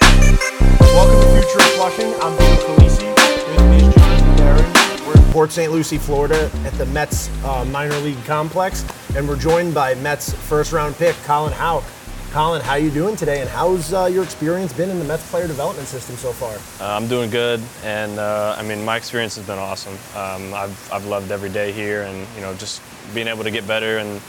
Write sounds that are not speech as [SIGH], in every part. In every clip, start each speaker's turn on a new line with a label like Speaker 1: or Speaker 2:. Speaker 1: Welcome to Future of Flushing. I'm Bill Khaleesi. With me is Jonathan Barron. We're in Port St. Lucie, Florida, at the Mets uh, minor league complex, and we're joined by Mets first round pick Colin Houck. Colin, how you doing today, and how's uh, your experience been in the Mets player development system so far?
Speaker 2: Uh, I'm doing good, and uh, I mean my experience has been awesome. Um, I've I've loved every day here, and you know just being able to get better and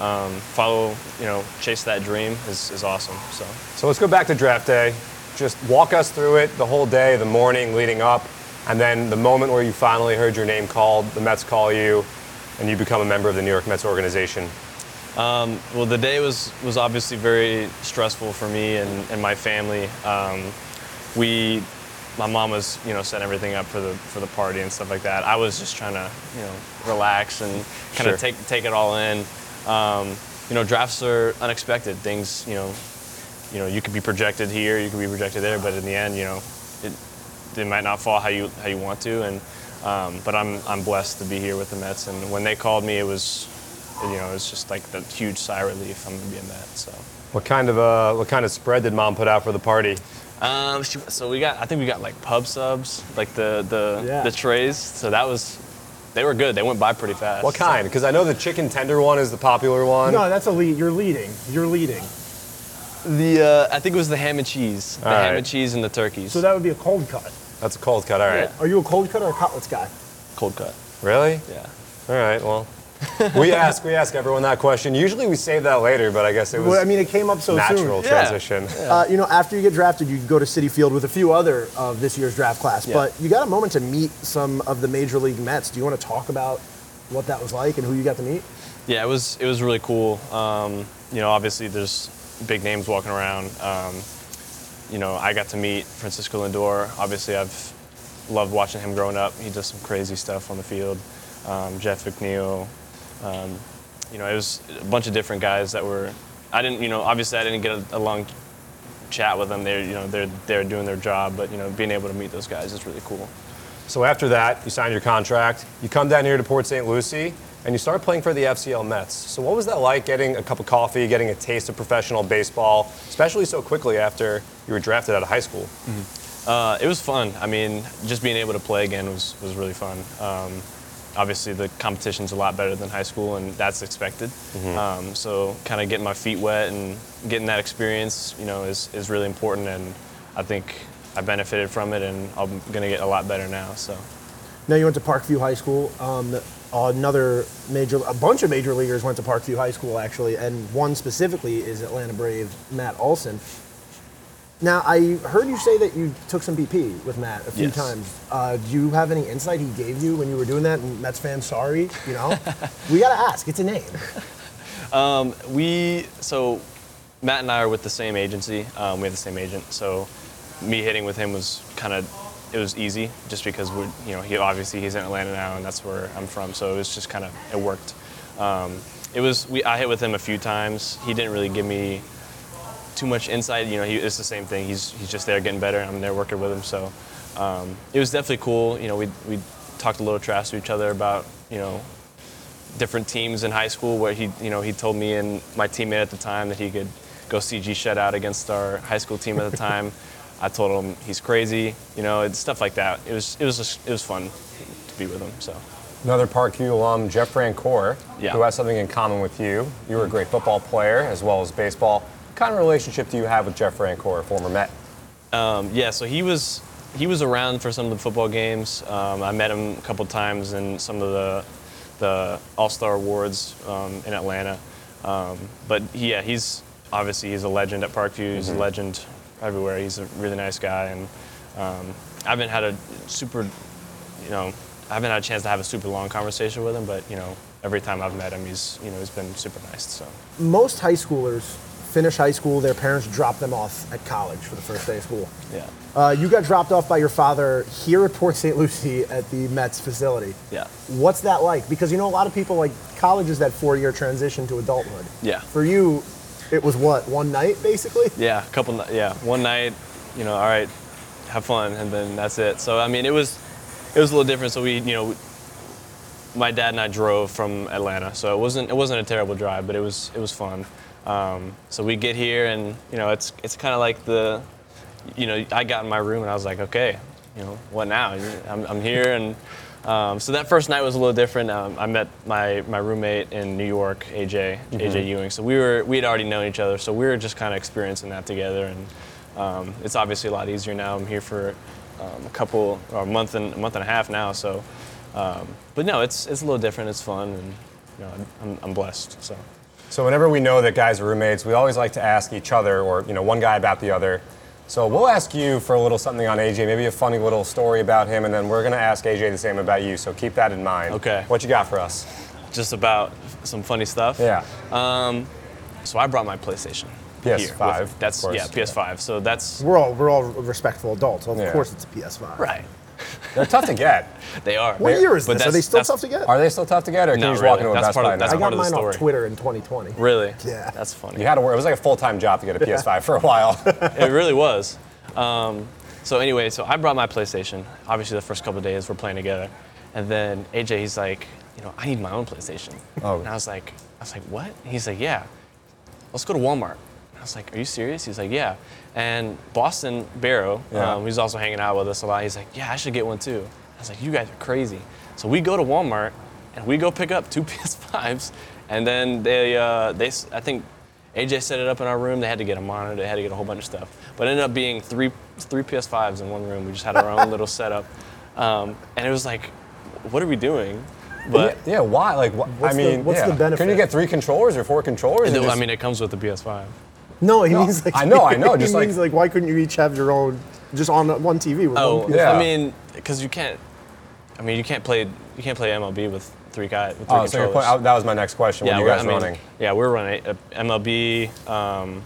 Speaker 2: um, follow, you know, chase that dream is, is awesome. So
Speaker 3: So let's go back to draft day. Just walk us through it the whole day, the morning leading up, and then the moment where you finally heard your name called, the Mets call you, and you become a member of the New York Mets organization.
Speaker 2: well, the day was was obviously very stressful for me and, and my family. Um, we, my mom was you know setting everything up for the for the party and stuff like that. I was just trying to you know relax and kind of
Speaker 3: Sure.
Speaker 2: take take it all in. Um, you know, drafts are unexpected. Things you know, you know, you could be projected here, you could be projected there, but in the end, you know, it it might not fall how you how you want to. And um, but I'm I'm blessed to be here with the Mets. And when they called me, it was you know, it was just like the huge sigh of relief. I'm gonna be a Met. So,
Speaker 3: What kind of uh, what kind of spread did mom put out for the party?
Speaker 2: um, she, so we got. I think we got like pub subs, like the the
Speaker 1: Yeah.
Speaker 2: the trays. So that was, they were good. They went by pretty fast.
Speaker 3: What kind? Because I know the chicken tender one is the popular one.
Speaker 1: No, that's a lead. You're leading. You're leading.
Speaker 2: The uh, I think it was the ham and cheese, the
Speaker 3: All
Speaker 2: ham
Speaker 3: right.
Speaker 2: and cheese and the turkeys.
Speaker 1: So that would be a cold cut.
Speaker 3: That's a cold cut. All right.
Speaker 1: Are you a cold cut or a cutlets guy?
Speaker 2: cold cut.
Speaker 3: Really?
Speaker 2: Yeah.
Speaker 3: All right.
Speaker 1: [LAUGHS]
Speaker 3: Well, we ask we ask everyone that question. Usually we save that later, but I guess it was
Speaker 1: Well, I mean, it came up so
Speaker 3: natural
Speaker 1: soon.
Speaker 2: Yeah.
Speaker 3: transition.
Speaker 1: Uh, you know, after you get drafted, you go to City Field with a few other of this year's draft class.
Speaker 2: Yeah.
Speaker 1: But you got a moment to meet some of the major league Mets. Do you want to talk about what that was like and who you got to meet?
Speaker 2: Yeah, it was it was really cool. Um, you know, obviously there's big names walking around. Um, you know, I got to meet Francisco Lindor. Obviously, I've loved watching him growing up. He does some crazy stuff on the field. Um, Jeff McNeil. Um, you know, it was a bunch of different guys that were. I didn't, you know, obviously I didn't get a, a long chat with them. They're, you know, they're they're doing their job, but you know, being able to meet those guys is really cool.
Speaker 3: So after that, you signed your contract. You come down here to Port St. Lucie and you start playing for the FCL Mets. So what was that like getting a cup of coffee, getting a taste of professional baseball, especially so quickly after you were drafted out of high school?
Speaker 2: Uh, it was fun. I mean, just being able to play again was, was really fun. Um, obviously, the competition's a lot better than high school, and that's expected. Um, so, kind of getting my feet wet and getting that experience, you know, is, is really important. And I think I benefited from it, and I'm gonna get a lot better now. So,
Speaker 1: Now you went to Parkview High School. Um, the- another major, a bunch of major leaguers went to Parkview High School actually, and one specifically is Atlanta Brave Matt Olson. Now I heard you say that you took some BP with Matt a few
Speaker 2: Yes.
Speaker 1: times. Uh, do you have any insight he gave you when you were doing that? And Mets fans, sorry, you
Speaker 2: [LAUGHS]
Speaker 1: know, we gotta ask. It's a name.
Speaker 2: we so Matt and I are with the same agency. Um, we have the same agent, so me hitting with him was kind of it was easy, just because we you know he obviously he's in Atlanta now and that's where I'm from, so it was just kind of it worked. Um, it was we I hit with him a few times. He didn't really give me too much insight. You know, he, it's the same thing. He's he's just there getting better. I'm there working with him, so um, it was definitely cool. You know, we we talked a little trash to each other about you know different teams in high school where he, you know, he told me and my teammate at the time that he could go CG shutout against our high school team at the time. I told him he's crazy, you know, it's stuff like that. It was, it was, just, it was fun to be with him. So,
Speaker 3: Another Parkview alum, Jeff Francoeur,
Speaker 2: Yeah.
Speaker 3: who has something in common with you. You were a great football player as well as baseball. What kind of relationship do you have with Jeff Francoeur, former Met?
Speaker 2: um, yeah, so he was, he was around for some of the football games. Um, I met him a couple times in some of the, the All Star Awards um, in Atlanta. Um, but yeah, he's obviously he's a legend at Parkview. He's a legend everywhere. He's a really nice guy, and um, I haven't had a super, you know, I haven't had a chance to have a super long conversation with him. But you know, every time I've met him, he's you know he's been super nice. So
Speaker 1: Most high schoolers finish high school, their parents drop them off at college for the first day of school.
Speaker 2: Yeah.
Speaker 1: Uh, you got dropped off by your father here at Port St. Lucie at the Mets facility.
Speaker 2: Yeah.
Speaker 1: What's that like? Because you know, a lot of people like college is that four year transition to adulthood.
Speaker 2: Yeah.
Speaker 1: For you, it was what, one night basically?
Speaker 2: Yeah, a couple. ni- Yeah, one night. You know, all right, have fun, and then that's it. So I mean, it was it was a little different. So we, you know, my dad and I drove from Atlanta, so it wasn't it wasn't a terrible drive, but it was it was fun. Um, so we get here, and you know, it's it's kind of like the, you know, I got in my room and I was like, okay, you know, what now? I'm, I'm here, and um, so that first night was a little different. Um, I met my my roommate in New York, AJ
Speaker 1: Mm-hmm.
Speaker 2: AJ Ewing. So we were we had already known each other, so we were just kind of experiencing that together, and um, it's obviously a lot easier now. I'm here for um, a couple or a month and a month and a half now, so. Um, but no, it's it's a little different. It's fun, and you know, I'm, I'm blessed. So
Speaker 3: So whenever we know that guys are roommates, we always like to ask each other, or you know, one guy about the other. So we'll ask you for a little something on AJ, maybe a funny little story about him, and then we're gonna ask AJ the same about you. So keep that in mind.
Speaker 2: Okay.
Speaker 3: What you got for us?
Speaker 2: just about some funny stuff.
Speaker 3: Yeah.
Speaker 2: So I brought my PlayStation.
Speaker 3: PS5,
Speaker 2: here with-
Speaker 3: of
Speaker 2: That's
Speaker 3: course.
Speaker 2: yeah, PS5. So
Speaker 1: [LAUGHS]
Speaker 2: that's
Speaker 1: We're all we're all respectful adults. Of
Speaker 3: Yeah.
Speaker 1: course, it's a PS5.
Speaker 2: right.
Speaker 3: They're tough to get.
Speaker 2: They are.
Speaker 1: What year is this? Are
Speaker 2: But that's-
Speaker 1: they still
Speaker 2: that's-
Speaker 1: tough to get?
Speaker 3: Are they still tough to get, or can
Speaker 2: Not
Speaker 3: you just walk
Speaker 2: really.
Speaker 3: into a
Speaker 2: That's
Speaker 3: Best
Speaker 2: part of-
Speaker 3: Buy
Speaker 2: that's
Speaker 1: I
Speaker 3: now?
Speaker 2: part
Speaker 1: got
Speaker 2: of the
Speaker 1: mine off
Speaker 2: story.
Speaker 1: Twitter in 2020.
Speaker 2: Really?
Speaker 1: Yeah.
Speaker 2: That's funny.
Speaker 3: You had to work. It was like a full-time job to get a
Speaker 2: [LAUGHS]
Speaker 3: PS5 for a while.
Speaker 2: it really was. Um, so anyway, so I brought my PlayStation. Obviously, the first couple of days we're playing together, and then AJ he's like, you know, I need my own PlayStation.
Speaker 3: Oh.
Speaker 2: And I was like, I was like, what? And he's like, yeah. Let's go to Walmart. And I was like, are you serious? He's like, yeah. And Boston Barrow,
Speaker 3: Yeah.
Speaker 2: um, who's also hanging out with us a lot, he's like, yeah, I should get one too. I was like, you guys are crazy. So we go to Walmart and we go pick up two [LAUGHS] PS5s, and then they, uh, they, s- I think AJ set it up in our room. They had to get a monitor. They had to get a whole bunch of stuff. But it ended up being three three PS5s in one room. We just had our own little setup, um, and it was like, what are we doing? But
Speaker 3: [LAUGHS] yeah. Why? Like, wh- I
Speaker 1: What's the-
Speaker 3: mean,
Speaker 1: what's the
Speaker 3: yeah. Can you
Speaker 1: benefit?
Speaker 3: get three controllers or four controllers? or
Speaker 2: I
Speaker 3: just-
Speaker 2: mean, it comes with the PS5.
Speaker 1: [LAUGHS] No, he
Speaker 3: No,
Speaker 1: means like
Speaker 3: I know, I
Speaker 1: [LAUGHS]
Speaker 3: know,
Speaker 1: he
Speaker 3: just like-
Speaker 1: means like why couldn't you each have your own just on one TV with
Speaker 2: Oh,
Speaker 1: one PS5?
Speaker 3: yeah.
Speaker 2: I mean, because you can't. I mean, you can't play. You can't play MLB with three guys with three
Speaker 3: oh, so your
Speaker 2: controllers.
Speaker 3: point, that was my next question. what are you
Speaker 2: we're-
Speaker 3: guys
Speaker 2: I mean,
Speaker 3: running?
Speaker 2: Yeah, we're running uh, MLB. Um,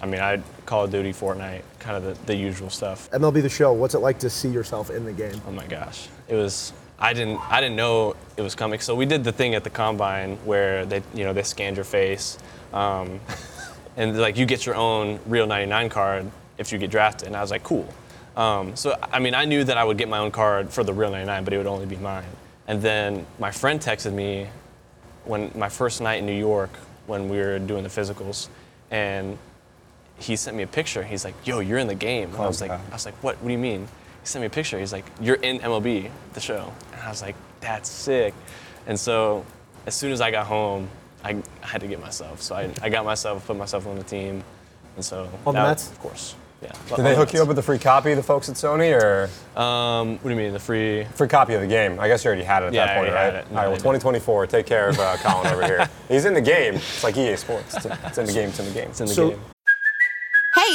Speaker 2: I mean, I Call of Duty, Fortnite, kind of the, the usual stuff.
Speaker 1: MLB the Show. What's it like to see yourself in the game?
Speaker 2: Oh my gosh, it was. I didn't. I didn't know it was coming. So we did the thing at the combine where they, you know, they scanned your face, um, [LAUGHS] and like you get your own real 99 card if you get drafted. And I was like, cool. Um, so I mean, I knew that I would get my own card for the real 99, but it would only be mine. And then my friend texted me when my first night in New York when we were doing the physicals, and he sent me a picture. He's like, "Yo, you're in the game." And I was like,
Speaker 3: Okay.
Speaker 2: "I was like, what? What do you mean?" He sent me a picture. He's like, "You're in MLB, the show," and I was like, "That's sick." And so, as soon as I got home, I I had to get myself. So I, I got myself, put myself on the team, and so
Speaker 1: On the
Speaker 2: that-
Speaker 1: Mets?
Speaker 2: of course. Yeah.
Speaker 3: Did they hook you up with a free copy, the folks at Sony, or
Speaker 2: Um, what do you mean the free?
Speaker 3: free copy of the game? I guess you already had it at
Speaker 2: Yeah,
Speaker 3: that
Speaker 2: I
Speaker 3: point,
Speaker 2: already had
Speaker 3: right?
Speaker 2: it.
Speaker 3: All right,
Speaker 2: No, I
Speaker 3: well,
Speaker 2: didn't.
Speaker 3: 2024, take care of uh, Colin
Speaker 2: [LAUGHS]
Speaker 3: over here. He's in the game. It's like EA Sports. It's in, it's in the game. It's in the game.
Speaker 2: It's in the
Speaker 1: So-
Speaker 2: game.
Speaker 4: Hey,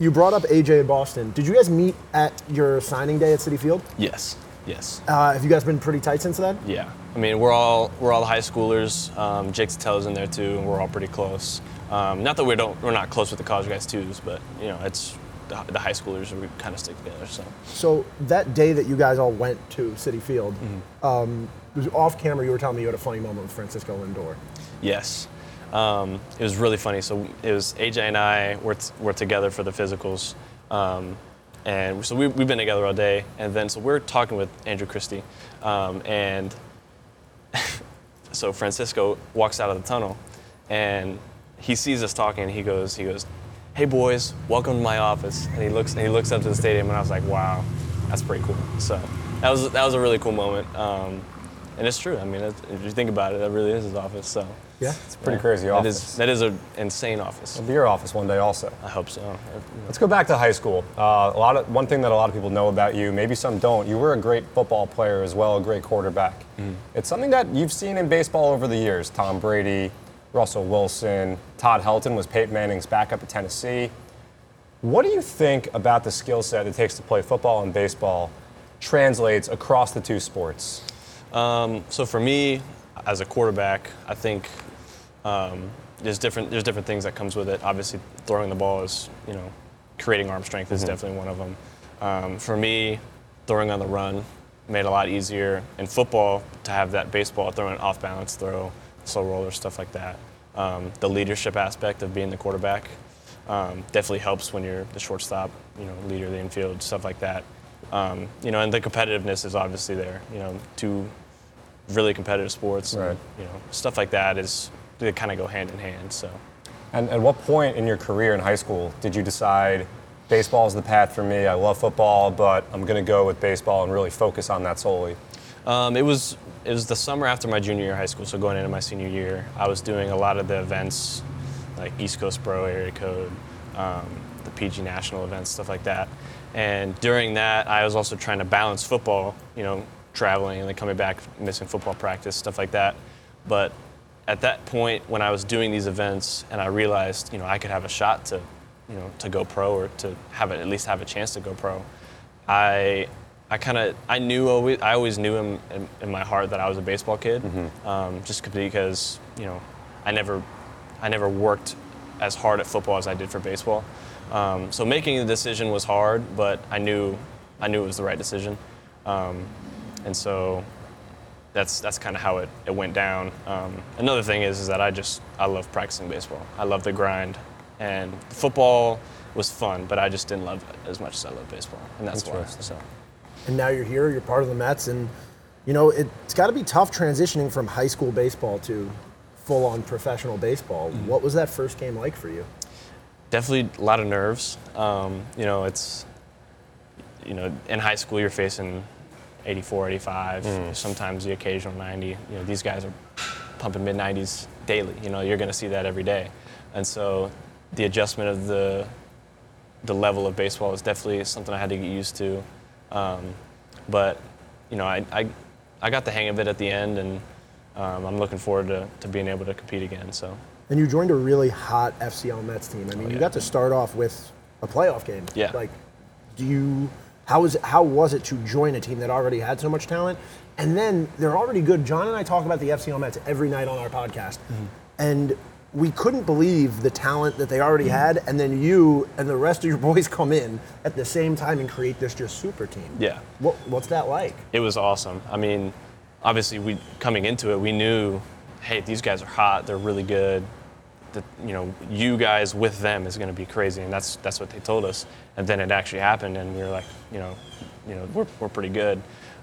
Speaker 1: You brought up AJ in Boston. Did you guys meet at your signing day at City Field?
Speaker 2: Yes. Yes.
Speaker 1: Uh, have you guys been pretty tight since then?
Speaker 2: Yeah, I mean we're all we're all high schoolers. Um, Jake Satello's in there too, and we're all pretty close. Um, not that we don't we're not close with the college guys twos, but you know it's the, the high schoolers we kind of stick together. So
Speaker 1: So that day that you guys all went to City Field, um, it was off camera. You were telling me you had a funny moment with Francisco Lindor.
Speaker 2: yes, um, it was really funny. So it was AJ and I were t- were together for the physicals, um, and so we, we've been together all day. And then so we're talking with Andrew Christie, um, and so Francisco walks out of the tunnel and he sees us talking and he goes, he goes, Hey boys, welcome to my office. And he looks and he looks up to the stadium and I was like, Wow, that's pretty cool. So that was that was a really cool moment. Um, and it's true. I mean, it, if you think about it, that really is his office. So
Speaker 1: Yeah.
Speaker 3: It's pretty crazy
Speaker 2: That
Speaker 3: office.
Speaker 2: is that is an insane office.
Speaker 3: It'll be your office one day also.
Speaker 2: I hope so.
Speaker 3: Let's go back to high school. Uh, a lot of one thing that a lot of people know about you, maybe some don't. You were a great football player as well, a great quarterback. It's something that you've seen in baseball over the years. Tom Brady, Russell Wilson, Todd Helton was Peyton Manning's backup at Tennessee. What do you think about the skill set it takes to play football and baseball translates across the two sports?
Speaker 2: So for me, as a quarterback, I think um, there's different there's different things that comes with it. Obviously, throwing the ball is you know creating arm strength is definitely one of them. Um, for me, throwing on the run made it a lot easier in football to have that baseball throwing off balance throw, slow roller stuff like that. Um, the leadership aspect of being the quarterback um, definitely helps when you're the shortstop, you know, leader of the infield, stuff like that. Um, you know, and the competitiveness is obviously there. You know, two really competitive sports, and,
Speaker 3: Right.
Speaker 2: you know, stuff like that is they kind of go hand in hand. So
Speaker 3: And at what point in your career in high school did you decide baseball is the path for me? I love football, but I'm going to go with baseball and really focus on that solely.
Speaker 2: um, it was it was the summer after my junior year of high school, so going into my senior year, I was doing a lot of the events like East Coast Pro Area Code, um, the PG National events, stuff like that. And during that, I was also trying to balance football, you know, traveling and then coming back, missing football practice, stuff like that. But at that point, when I was doing these events and I realized, you know, I could have a shot to, you know, to go pro or to have it, at least have a chance to go pro, I, I kind of, I knew always, I always knew in, in, in my heart that I was a baseball kid, um, just because, you know, I never I never worked as hard at football as I did for baseball. Um, so making the decision was hard, but I knew I knew it was the right decision, um, and so that's that's kind of how it, it went down. Um, another thing is is that I just I love practicing baseball. I love the grind, and football was fun, but I just didn't love it as much as I love baseball, and that's why.
Speaker 3: Interesting.
Speaker 2: So
Speaker 1: and now you're here. You're part of the Mets, and you know it, has got to be tough transitioning from high school baseball to full-on professional baseball. What was that first game like for you?
Speaker 2: definitely a lot of nerves. Um, you know, it's, you know, in high school you're facing 84, 85, sometimes the occasional 90. You know, these guys are pumping mid 90s daily. You know, you're going to see that every day. And so the adjustment of the, the level of baseball is definitely something I had to get used to. Um, but, you know, I, I, I got the hang of it at the end, and um, I'm looking forward to, to being able to compete again. So,
Speaker 1: And you joined a really hot FCL Mets team. I mean, you
Speaker 2: Oh, yeah.
Speaker 1: got to start off with a playoff game.
Speaker 2: Yeah.
Speaker 1: Like, do you? How is how was it to join a team that already had so much talent? And then they're already good. John and I talk about the FCL Mets every night on our podcast,
Speaker 2: Mm-hmm.
Speaker 1: and we couldn't believe the talent that they already had. And then you and the rest of your [LAUGHS] boys come in at the same time and create this just super team.
Speaker 2: yeah.
Speaker 1: What, what's that like?
Speaker 2: it was awesome. I mean, obviously, we coming into it, we knew, hey, these guys are hot. They're really good. That you know, you guys with them is going to be crazy, and that's that's what they told us. And then it actually happened, and we were like, you know, you know, we're we're pretty good.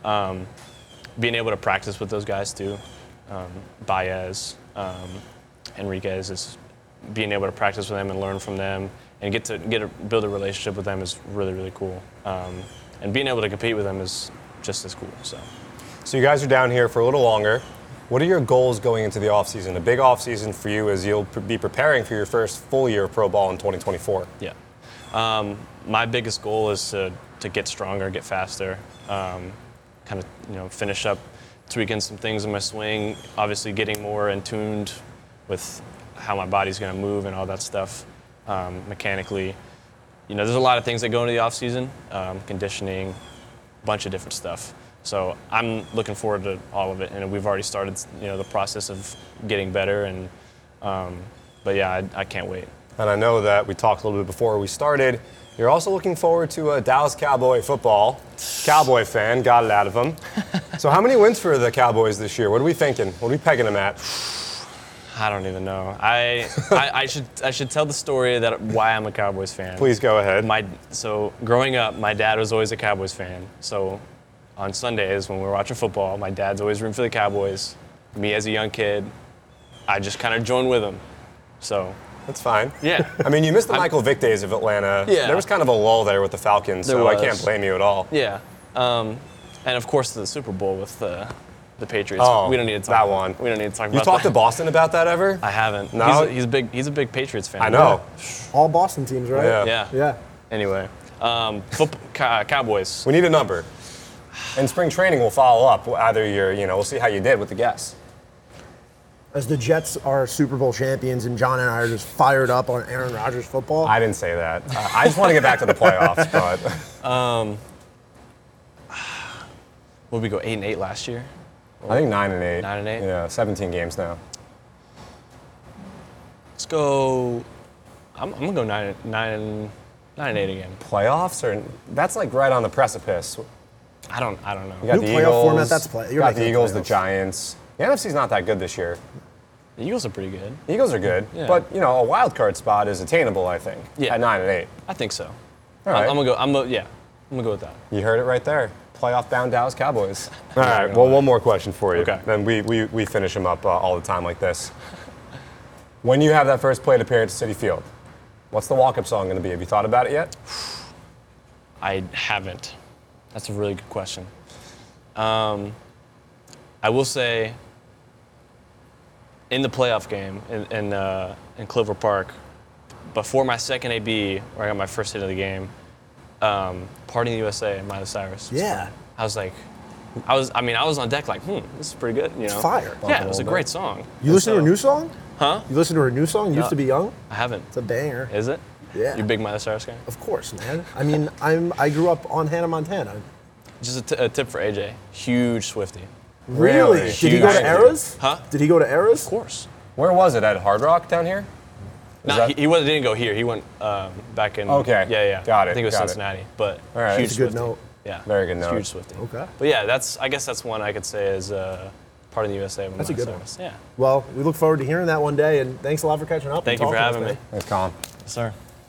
Speaker 2: Um, being able to practice with those guys too, um, Baez, um, Enriquez is being able to practice with them and learn from them and get to get a, build a relationship with them is really really cool. Um, and being able to compete with them is just as cool. So
Speaker 3: So you guys are down here for a little longer. What are your goals going into the offseason? A big offseason for you is you'll p- be preparing for your first full year of pro ball in 2024.
Speaker 2: yeah, um, my biggest goal is to to get stronger, get faster, um, kind of you know finish up, tweaking some things in my swing. Obviously, getting more in tuned with how my body's going to move and all that stuff um, mechanically. You know, there's a lot of things that go into the off season, um, conditioning, bunch of different stuff. So I'm looking forward to all of it, and we've already started, you know, the process of getting better. And um, but yeah, I, I can't wait.
Speaker 3: And I know that we talked a little bit before we started. You're also looking forward to a Dallas Cowboy football. Cowboy fan, got it out of
Speaker 2: [LAUGHS]
Speaker 3: him. so how many wins for the Cowboys this year? What are we thinking? What are we pegging them at?
Speaker 2: I don't even know. I, I, I should I should tell the story that why I'm a Cowboys fan.
Speaker 3: Please go ahead.
Speaker 2: My so growing up, my dad was always a Cowboys fan. So on Sundays when we were watching football, my dad's always rooting for the Cowboys. Me as a young kid, I just kind of joined with him. So
Speaker 3: That's fine.
Speaker 2: yeah,
Speaker 3: I mean, you missed the Michael Vick days of Atlanta.
Speaker 2: Yeah.
Speaker 3: There was kind of a lull there with the Falcons,
Speaker 2: There
Speaker 3: so I
Speaker 2: was.
Speaker 3: can't blame you at all.
Speaker 2: Yeah, um, and of course the Super Bowl with the the Patriots. we don't need to talk
Speaker 3: Oh, that one.
Speaker 2: We don't need to talk
Speaker 3: You
Speaker 2: about
Speaker 3: talked
Speaker 2: that.
Speaker 3: to Boston about that ever?
Speaker 2: I haven't.
Speaker 3: No?
Speaker 2: He's, a, he's a big. He's a big Patriots fan.
Speaker 3: I know.
Speaker 1: All Boston teams, right?
Speaker 3: Yeah.
Speaker 2: Yeah.
Speaker 1: Yeah.
Speaker 2: Anyway, um, foot, ca- Cowboys.
Speaker 3: We need a number. And spring training will follow up. Either you're, you know, we'll see how you did with the guess.
Speaker 1: As the Jets are Super Bowl champions, and John and I are just fired up on Aaron Rodgers football.
Speaker 3: I didn't say that. I- I just want to get back to the
Speaker 1: [LAUGHS]
Speaker 3: playoffs, but
Speaker 2: What did we go eight and eight last year?
Speaker 3: I think nine and eight.
Speaker 2: Nine and eight?
Speaker 3: Yeah, 17 games now.
Speaker 2: Let's go. I'm, I'm gonna go nine, nine, nine and eight again.
Speaker 3: Playoffs or that's like right on the precipice. You
Speaker 2: I don't. I don't know.
Speaker 3: got
Speaker 1: New
Speaker 3: the
Speaker 1: playoff
Speaker 3: Eagles.
Speaker 1: format, that's play- you're
Speaker 3: you got
Speaker 1: making
Speaker 3: the
Speaker 1: the
Speaker 3: Eagles, the
Speaker 1: playoffs.
Speaker 3: Giants. The NFC's not that good this year.
Speaker 2: The Eagles are pretty good.
Speaker 3: The Eagles are good,
Speaker 2: Yeah.
Speaker 3: but you know a wild card spot is attainable. I think
Speaker 2: Yeah.
Speaker 3: at nine and eight.
Speaker 2: I think so.
Speaker 3: All right.
Speaker 2: I'm gonna go. I'm gonna, yeah. I'm gonna go with that.
Speaker 3: You heard it right there. Playoff bound Dallas [LAUGHS] Cowboys. All right. Well, one more question for you.
Speaker 2: Okay.
Speaker 3: Then we, we, we finish them up uh, all the time like this. when you have that first plate appearance at City Field, what's the walk up song going to be? Have you thought about it yet?
Speaker 2: I haven't. That's a really good question. Um, I will say, in the playoff game in in, uh, in Clover Park, before my second AB, where I got my first hit of the game, um, "Party in the USA" and Miley Cyrus. was
Speaker 1: Yeah.
Speaker 2: playing. I was like, I was. I mean, I was on deck like, hmm, this is pretty good. You know,
Speaker 1: fire.
Speaker 2: Yeah, it was a great song.
Speaker 1: you listen to her
Speaker 2: So-
Speaker 1: new song? Huh? You listen to her new song? Used
Speaker 2: No.
Speaker 1: to be young.
Speaker 2: I haven't.
Speaker 1: It's a banger.
Speaker 2: Is it?
Speaker 1: Yeah.
Speaker 2: You a big Miley Cyrus guy?
Speaker 1: Of course, man. I mean, I'm I grew up on Hannah Montana.
Speaker 2: Just a, t- a tip for AJ. Huge Swifty.
Speaker 3: Really?
Speaker 1: Did he go
Speaker 2: Huge.
Speaker 1: to Eras?
Speaker 2: Huh?
Speaker 1: Did he go to Eras?
Speaker 2: Of course.
Speaker 3: Where was it? At Hard Rock down here?
Speaker 2: No,
Speaker 3: that-
Speaker 2: he, he wasn't, didn't go here. He went um, back in.
Speaker 3: Okay.
Speaker 2: Yeah, yeah.
Speaker 3: Got it,
Speaker 2: I think it was
Speaker 3: got it.
Speaker 2: Cincinnati, but
Speaker 3: All right.
Speaker 2: huge
Speaker 3: That's
Speaker 1: a good
Speaker 2: Swiftie.
Speaker 1: note.
Speaker 2: Yeah.
Speaker 3: Very good
Speaker 2: It's
Speaker 3: note.
Speaker 2: Huge Swifty.
Speaker 1: Okay.
Speaker 2: But yeah, that's. I guess that's one I could say is uh, part of the USA. With
Speaker 1: That's a
Speaker 2: Miley
Speaker 1: good one.
Speaker 2: Cyrus. Yeah.
Speaker 1: Well, we look forward to hearing that one day, and thanks a lot for catching up. and
Speaker 2: Thank you for
Speaker 1: talking with
Speaker 2: having me.
Speaker 3: It's Colin.
Speaker 2: Yes, sir.